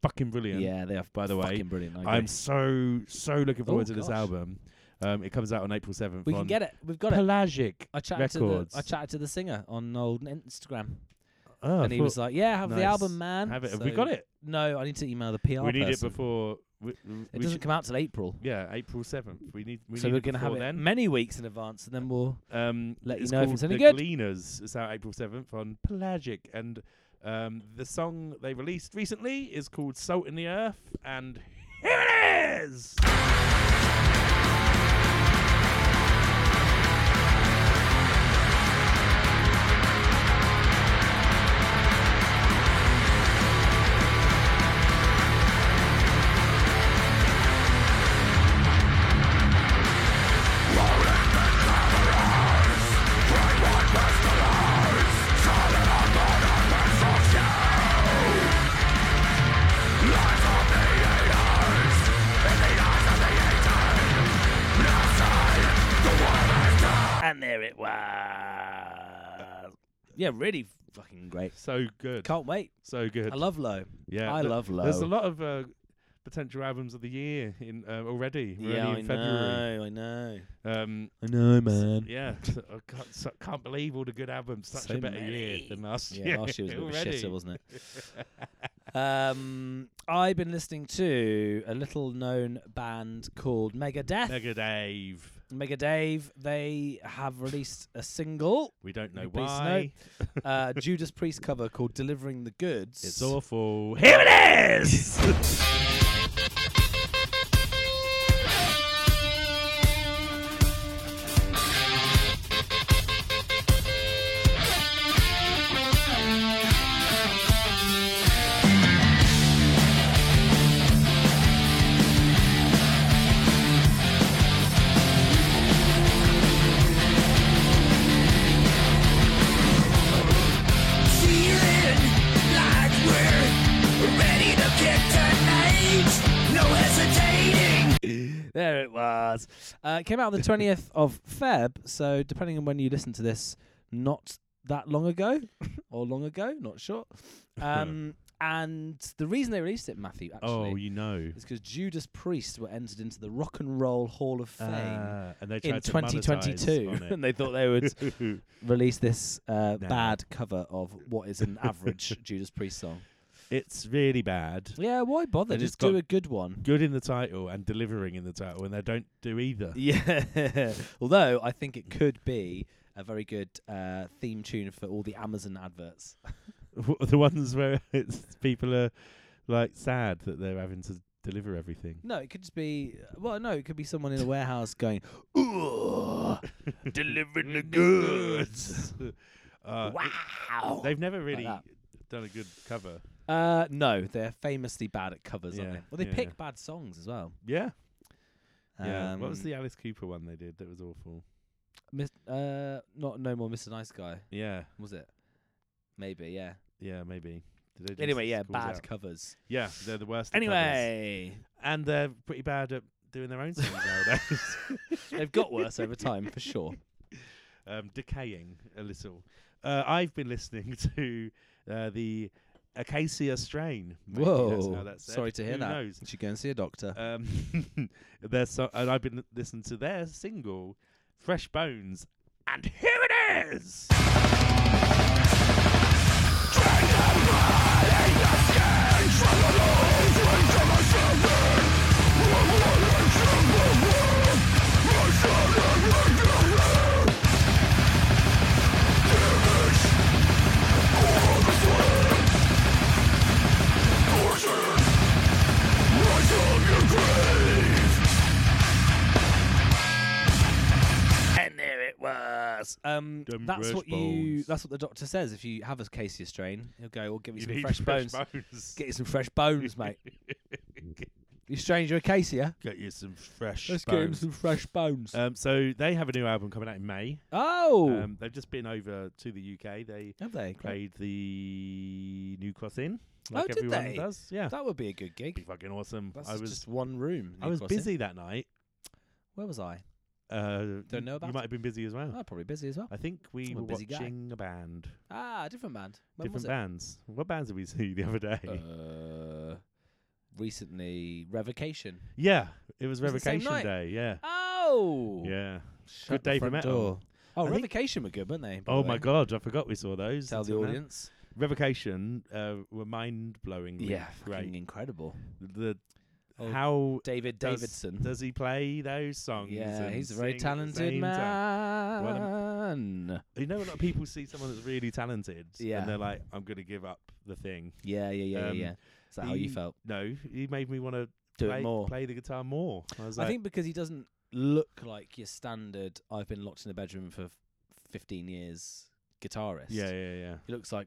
A: fucking brilliant.
B: Yeah, they are.
A: By the way,
B: fucking brilliant. I agree. Oh,
A: I'm so so looking forward to this
B: gosh.
A: album. Um, it comes out on April 7th.
B: We
A: on
B: can get it. We've got it.
A: Pelagic.
B: I chatted
A: Records.
B: to the I chatted to the singer on old Instagram,
A: Oh, I
B: and he
A: thought-
B: was like, "Yeah, have the
A: Nice.
B: album, man."
A: have it. Have we
B: So-
A: got it?
B: No, I need to email the PR.
A: we need it
B: person.
A: before. We, we
B: It doesn't
A: should-
B: come out till April,
A: Yeah, April 7th. We need. We
B: so
A: need
B: we're
A: going to
B: have it
A: then.
B: many weeks in advance, and then we'll.
A: Um,
B: Let you
A: it's
B: know if
A: called
B: it's any
A: the
B: good.
A: Gleaners. It's out April 7th on Pelagic. And um, the song they released recently is called Salt in the Earth. And here it is!
B: And there it was. Yeah, really fucking great.
A: So good.
B: Can't wait.
A: So good.
B: I love Low.
A: yeah,
B: I
A: th-
B: love Low.
A: There's a lot of uh, potential albums of the year in uh, already. We're
B: Yeah,
A: only
B: I
A: in February.
B: know. I know.
A: Um,
B: I know,
A: s-
B: man.
A: Yeah, so I can't, so, can't believe all the good albums. Such
B: So
A: a better
B: many.
A: year than last
B: Yeah,
A: year.
B: last year was a bit of a
A: already.
B: shitter, wasn't it? um, I've been listening to a little known band called Megadeth.
A: Mega Dave.
B: Mega Dave. They have released a single,
A: We don't know
B: You'd be
A: why.
B: uh, Judas Priest cover called "Delivering the Goods."
A: It's awful. Here it is.
C: Feeling like we're ready to kick tonight. No hesitating.
B: There it was. Uh, it came out on the 20th of Feb, so depending on when you listen to this, not that long ago or long ago, not sure. Um, and the reason they released it, Matthew, actually,
A: Oh, you know.
B: is because Judas Priest were entered into the Rock and Roll Hall of Fame.
A: Ah, and they tried
B: in
A: to monetize
B: 2022,
A: on it.
B: and they thought they would release this uh,
A: No.
B: bad cover of what is an average Judas Priest song.
A: it's really bad.
B: Yeah, why bother?
A: And it's
B: Just do
A: got-
B: a good one.
A: Good in the title and delivering in the title, and they don't do either.
B: Yeah. Although I think it could be a very good uh, theme tune for all the Amazon adverts.
A: W- the ones where it's people are like sad that they're having to deliver everything.
B: No, it could just be. uh, Well, no, it could be someone in a warehouse going, "Ooh,
A: Delivering the goods. uh,
B: wow."
A: They've never really
B: that.
A: done a good cover.
B: Uh, no, they're famously bad at covers, aren't
A: Yeah,
B: they? Well, they
A: yeah,
B: pick
A: yeah.
B: bad songs as well.
A: Yeah. Yeah. what was
B: Um,
A: the Alice Cooper one they did that was awful?
B: Mis- uh, not no more Mr. Nice Guy,
A: Yeah.
B: was it? Maybe, yeah.
A: Yeah, maybe. Did they do
B: Anyway, yeah,
A: Schools
B: bad
A: Out?
B: covers.
A: Yeah, they're the worst. at covers.
B: Anyway,
A: and they're pretty bad at doing their own songs nowadays.
B: they've got worse over time for sure.
A: Um, decaying a little. Uh, I've been listening to uh, the Acacia Strain. maybe that's how
B: Whoa.
A: that's said.
B: Sorry to hear
A: Who
B: that.
A: Knows?
B: You should go and see a doctor.
A: Um, their so- and I've been listening to their single, Fresh Bones, and here it is.
B: and there it was. Um,
A: Them
B: that's
A: fresh
B: what you.
A: bones.
B: That's what the doctor says. If you have a casey strain, he'll go. Well, give me
A: You
B: some
A: need
B: fresh, bones.
A: bones.
B: Get you some fresh bones, mate. you strained your acacia.
A: Get you some fresh
B: Let's get him
A: bones.
B: some fresh bones.
A: Um, so they have a new album coming out in May.
B: oh,
A: Um, they've just been over to the UK. They
B: have they? Great.
A: played the New Cross Inn,
B: Oh,
A: like
B: did
A: everyone
B: they?
A: does. Yeah,
B: That would be a good
A: be
B: gig.
A: fucking awesome.
B: That's
A: I was
B: just one room.
A: I was
B: Newcross Inn.
A: busy that night.
B: Where was I?
A: Uh,
B: Don't know about
A: You
B: it.
A: might have been busy as well.
B: Oh, probably busy as well.
A: I think we
B: I'm a
A: were
B: busy guy.
A: watching a band.
B: Ah, different band. When
A: different bands. What bands did we see the other day?
B: was it? Uh, recently, revocation.
A: yeah, it was
B: was the same
A: Revocation
B: night.
A: Day. Yeah,
B: Oh, Whoa!
A: Yeah.
B: Shut
A: Good
B: the
A: day for
B: front
A: metal.
B: door. Oh,
A: I think-
B: Revocation were good, weren't they? by
A: Oh
B: the
A: my
B: way?
A: god, I forgot we saw those.
B: Tell the
A: until now.
B: audience.
A: Revocation uh, were mind blowing.
B: fucking
A: great.
B: incredible.
A: The
B: Oh,
A: how
B: David
A: does-
B: Davidson.
A: does he play those songs?
B: yeah,
A: and
B: he's a very
A: sing at the
B: talented
A: same time?
B: man.
A: Well, You know, a lot of people see someone that's really talented,
B: Yeah.
A: and they're like, "I'm going to give up the thing."
B: yeah, yeah, yeah, yeah,
A: Um,
B: yeah. Is that how
A: he-
B: you felt?
A: No, he made me want to
B: Do
A: play,
B: it more.
A: play the guitar more. I was like,
B: I think because he doesn't look like your standard. I've been locked in a bedroom for f- fifteen years. Guitarist.
A: yeah, yeah, yeah,
B: he looks like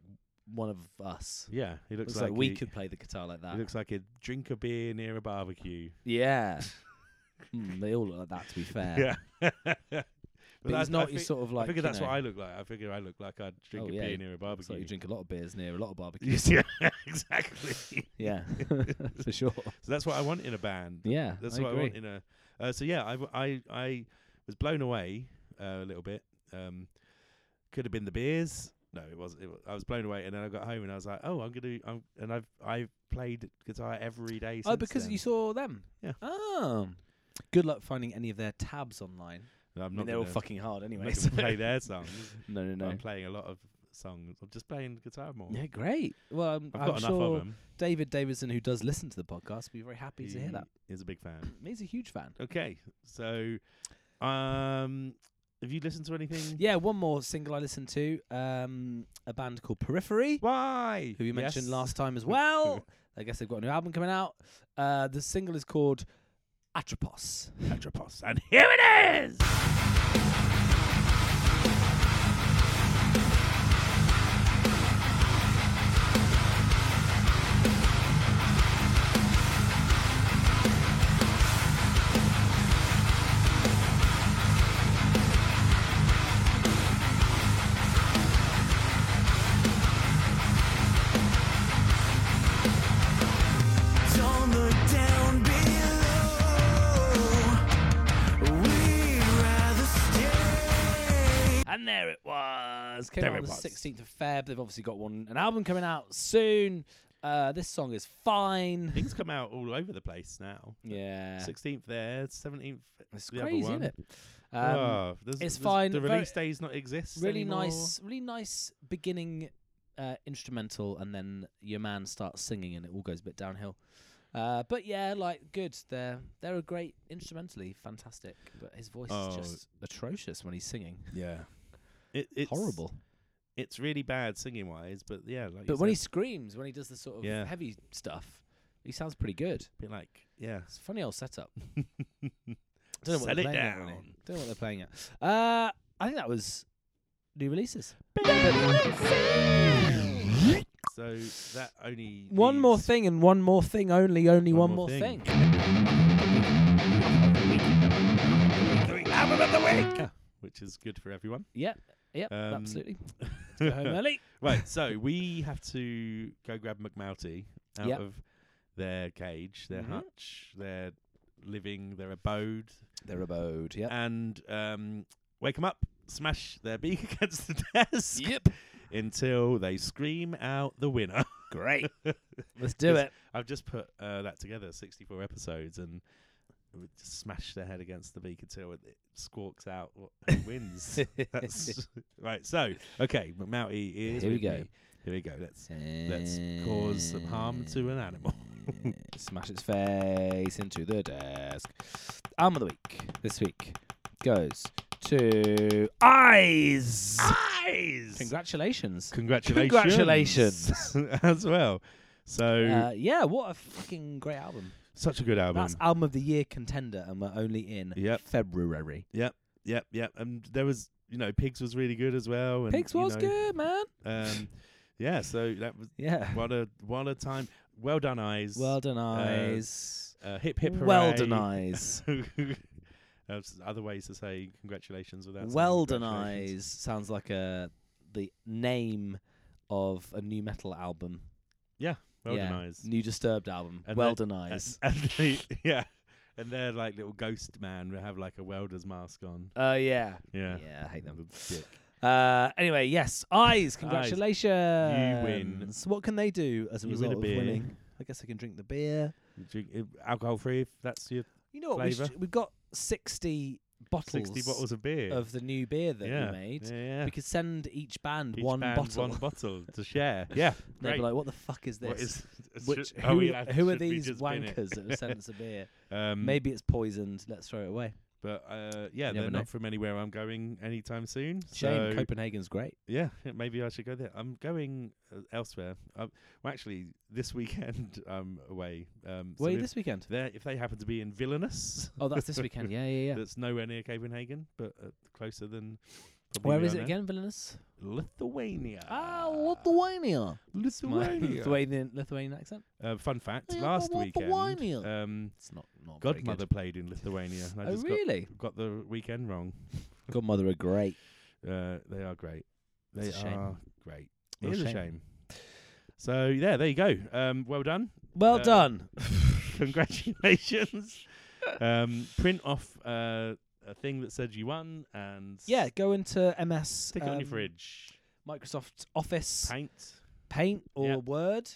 B: one of us.
A: yeah. He looks,
B: Looks, like, we
A: he,
B: could play the guitar like
A: He
B: that.
A: looks like a drink a beer near a barbecue.
B: yeah. Mm, they all look like that. To be fair.
A: Yeah, but,
B: But,
A: that's-
B: he's not
A: I
B: your
A: think-
B: sort of like.
A: I figure
B: you
A: that's
B: know,
A: what I look like. I figure I look like I'd drink
B: Oh,
A: a
B: yeah,
A: beer
B: you-
A: near a
B: looks like
A: barbecue.
B: you drink a lot of beers near a lot of barbecue.
A: You see- exactly.
B: yeah, for sure.
A: So that's what I want in a band.
B: Yeah,
A: That's
B: I
A: what I
B: agree.
A: want in a. Uh, so yeah, I, w- I- I was blown away uh, a little bit. Um, could have been the beers. No, it was, it was. I was blown away, and then I got home and I was like, "Oh, I'm gonna." I'm, and I've I've played guitar every day.
B: Oh,
A: since
B: because
A: then.
B: you saw them.
A: Yeah.
B: Oh. Good luck finding any of their tabs online.
A: And I'm
B: I
A: not.
B: mean, they're all
A: gonna-
B: fucking hard
A: I'm not
B: anyway.
A: gonna
B: so-
A: play their songs.
B: no, no,
A: but
B: no.
A: I'm playing a lot of songs. I'm just playing guitar more.
B: Yeah, great. Well, I'm,
A: I've
B: I'm
A: got enough
B: sure
A: of them.
B: David Davidson, who does listen to the podcast, will be very happy to hear that.
A: He's a big fan.
B: He's a huge fan.
A: Okay, so um, have you listened to anything?
B: Yeah, one more single I listened to, um, a band called Periphery,
A: Why?
B: who we mentioned
A: Yes.
B: last time as well. I guess they've got a new album coming out. Uh, the single is called Atropos.
A: Atropos, and here it is.
C: Don't look down below. We'd rather stay.
B: And there it was. Came
A: There
B: out
A: it
B: on the
A: was.
B: sixteenth of Feb. They've obviously got one an album coming out soon. Uh, this song is fine.
A: Things come out all over the place now.
B: Yeah,
A: Sixteenth there, seventeenth.
B: it's
A: the other
B: crazy,
A: one.
B: isn't it? Um,
A: oh, there's-
B: it's
A: there's-
B: fine,
A: The
B: very-
A: release days not exist.
B: really
A: anymore.
B: nice, really nice beginning uh, instrumental, and then your man starts singing, and it all goes a bit downhill. Uh, but yeah, like good. They're they're a great instrumentally, fantastic. But his voice
A: Oh.
B: is just atrocious when he's singing.
A: Yeah. It, it's
B: Horrible.
A: It's really bad singing wise, but yeah, like
B: But when he
A: you said,
B: screams, when he does the sort of
A: Yeah.
B: heavy stuff, he sounds pretty good.
A: a bit like yeah,
B: It's a funny old setup.
A: Sell it
B: they're playing at, really.
A: down.
B: Don't know what they're playing at. Uh, I think that was new releases.
A: so that only
B: One more
A: leaves-
B: thing and one more thing only. Only
A: One
B: one, more
A: more
B: thing.
A: thing. which is good for everyone.
B: Yep. Yep.
A: Um,
B: absolutely. Go home early.
A: Right, so we have to go grab McMouty out
B: Yep.
A: of their cage, their
B: Mhm.
A: hutch, their living, their abode,
B: Their abode. Yep.
A: and um, wake them up, smash their beak against the desk
B: Yep.
A: until they scream out the winner.
B: Great. Let's do
A: It's-
B: it.
A: I've just put uh, that together, 64 episodes, and we just smash their head against the beak until it, it squawks out what who wins. That's right. So, okay, McMouty is
B: Here we
A: with
B: go.
A: me. Here we go. Let's let's cause some harm to an animal.
B: Smash its face into the desk. Arm of the week this week goes to eyes.
A: eyes.
B: Congratulations.
A: Congratulations. as well. So
B: Uh, yeah, what a fucking great album.
A: such a good album.
B: That's album of the year contender, and we're only in
A: Yep.
B: February.
A: Yep, yep. And there was, you know, Pigs was really good as well. And,
B: Pigs
A: you
B: was
A: know,
B: good, man.
A: Um, yeah. So that was
B: Yeah.
A: what a what a time. Well done, eyes.
B: Well done,
A: uh,
B: eyes.
A: uh, hip hip hooray.
B: well done, eyes.
A: There's other ways to say congratulations without. saying
B: well done,
A: congratulations.
B: eyes. Sounds like a the name of a new metal album.
A: Well
B: yeah.
A: done, eyes.
B: New Disturbed album.
A: And
B: well
A: that-
B: done,
A: And-
B: eyes.
A: And they, yeah, and they're like little ghost man who have like a welder's mask on.
B: Oh yeah.
A: Yeah.
B: I hate them.
A: The dick.
B: Uh, anyway, yes, eyes. Congratulations.
A: win.
B: What can they do as a
A: You win a
B: result
A: beer.
B: of winning? I guess they can drink the beer.
A: Drink alcohol free if that's your
B: You know what? We
A: flavour.
B: should, we've got 60 bottles,
A: 60 bottles of beer.
B: of the new beer that
A: yeah.
B: we made.
A: Yeah, yeah.
B: We could send each band
A: Each
B: one
A: band
B: bottle.
A: One bottle to share. Yeah.
B: They'd
A: great.
B: be like, "What the fuck is this?
A: What is, should-
B: Which
A: are we
B: who,
A: allowed-
B: who are
A: should we
B: these
A: just bin it?
B: wankers that have sent us a beer?
A: Um,
B: Maybe it's poisoned. Let's throw it away."
A: But uh, yeah, they're
B: You never know.
A: not from anywhere I'm going anytime soon.
B: Shame.
A: so
B: Copenhagen's great.
A: yeah, maybe I should go there. I'm going uh, elsewhere. Um, well, actually, this weekend I'm away. Um, so
B: Were you
A: if
B: this weekend?
A: they're- if they happen to be in Villainous,
E: Oh, that's this weekend. Yeah, yeah, yeah.
A: that's nowhere near Copenhagen, but uh, closer than. probably
E: Where
A: we
E: is
A: are
E: it
A: now.
E: again, Villainous?
A: Lithuania.
B: Ah, Lithuania.
A: Ah, Lithuania.
B: Lithuanian, Lithuanian accent.
A: Uh, fun fact:
B: Yeah,
A: last
B: what the
A: weekend,
B: wine?
A: um,
B: It's not not Oh, very good.
A: Godmother played in Lithuania. and I
B: Oh
A: just got-
B: really?
A: got, the weekend wrong.
B: Godmother are great.
A: Uh, they are great. They
B: It's a shame.
A: are great. It
B: Real
A: is a
B: shame.
A: shame. So yeah, there you go. Um, well done.
B: Well
A: Uh,
B: done.
A: Congratulations. um, print off uh, a thing that said you won and
B: Yeah, go into MS.
A: stick it on your
B: um,
A: fridge.
B: Microsoft Office, Paint,
A: Paint.
B: or
A: Yeah.
B: Word.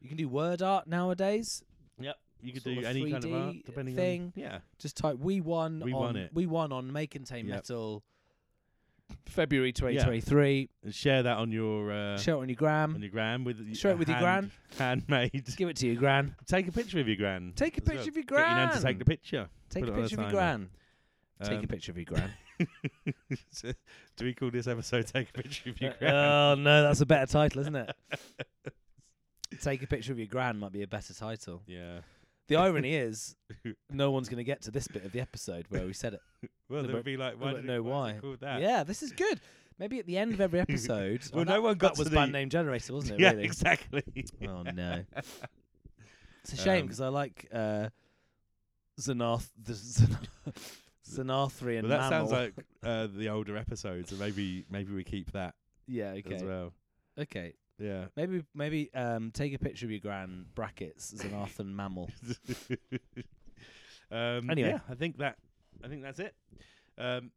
B: You can do Word art nowadays.
A: Yep. You could
B: sort
A: do
B: of
A: any kind of art
B: 3D
A: depending on
B: thing.
A: yeah.
B: Just type "We won."
A: We
B: on,
A: won it.
B: We won on May Contain
A: Yep.
B: Metal, February 2023.
A: And share that on your uh,
B: Share it on
A: on
B: your gram.
A: your gran with y-
B: Share Mm. it with your
A: hand-
B: gran.
A: handmade.
B: Give it to your gran.
A: Take a picture of your gran.
B: Take a
A: as well.
B: picture of your
A: Get your nan
B: gran.
A: to take the picture.
B: Take
A: put
B: a
A: it on a
B: picture of your
A: sign
B: gran. Take
A: Um,
B: a picture of your gran.
A: do we call this episode "Take a Picture of Your Gran"?
B: oh no, that's a better title, isn't it? Take a picture of your gran might be a better title.
A: yeah.
B: The irony is, no onene's going to get to this bit of the epised where we said it.
A: Well,
B: They
A: they'll
B: won't-
A: be like,
B: they
A: "Why
B: won't
A: did
B: know
A: it, why?" is
B: why.
A: it called that?
B: Yeah, this is good. Maybe at the end of every episode.
A: Well, no
B: that-
A: one got
B: that was
A: to
B: band
A: the-
B: name generator, wasn't it?
A: Yeah,
B: really?
A: exactly.
B: Oh no, it's a
A: Um,
B: shame because I like uh, Xanath the Xanath- Xanathrian.
A: Well, that sounds
B: mammal.
A: like uh, the older episodes, so maybe maybe we keep that
B: yeah.
A: as
B: Okay,
A: well.
B: okay.
A: Yeah.
B: Maybe maybe um, take a picture of your gran brackets Xanathan mammal.
A: um,
B: Anyway.
A: yeah, I think that I think that's it. Um,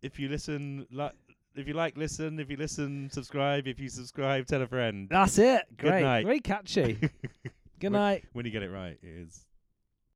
A: if you listen, li- if you like, listen. If you listen, subscribe. If you subscribe, tell a friend.
B: That's it. Great,
A: night.
B: very catchy.
A: When-
B: Good night.
A: when you get it right, it is.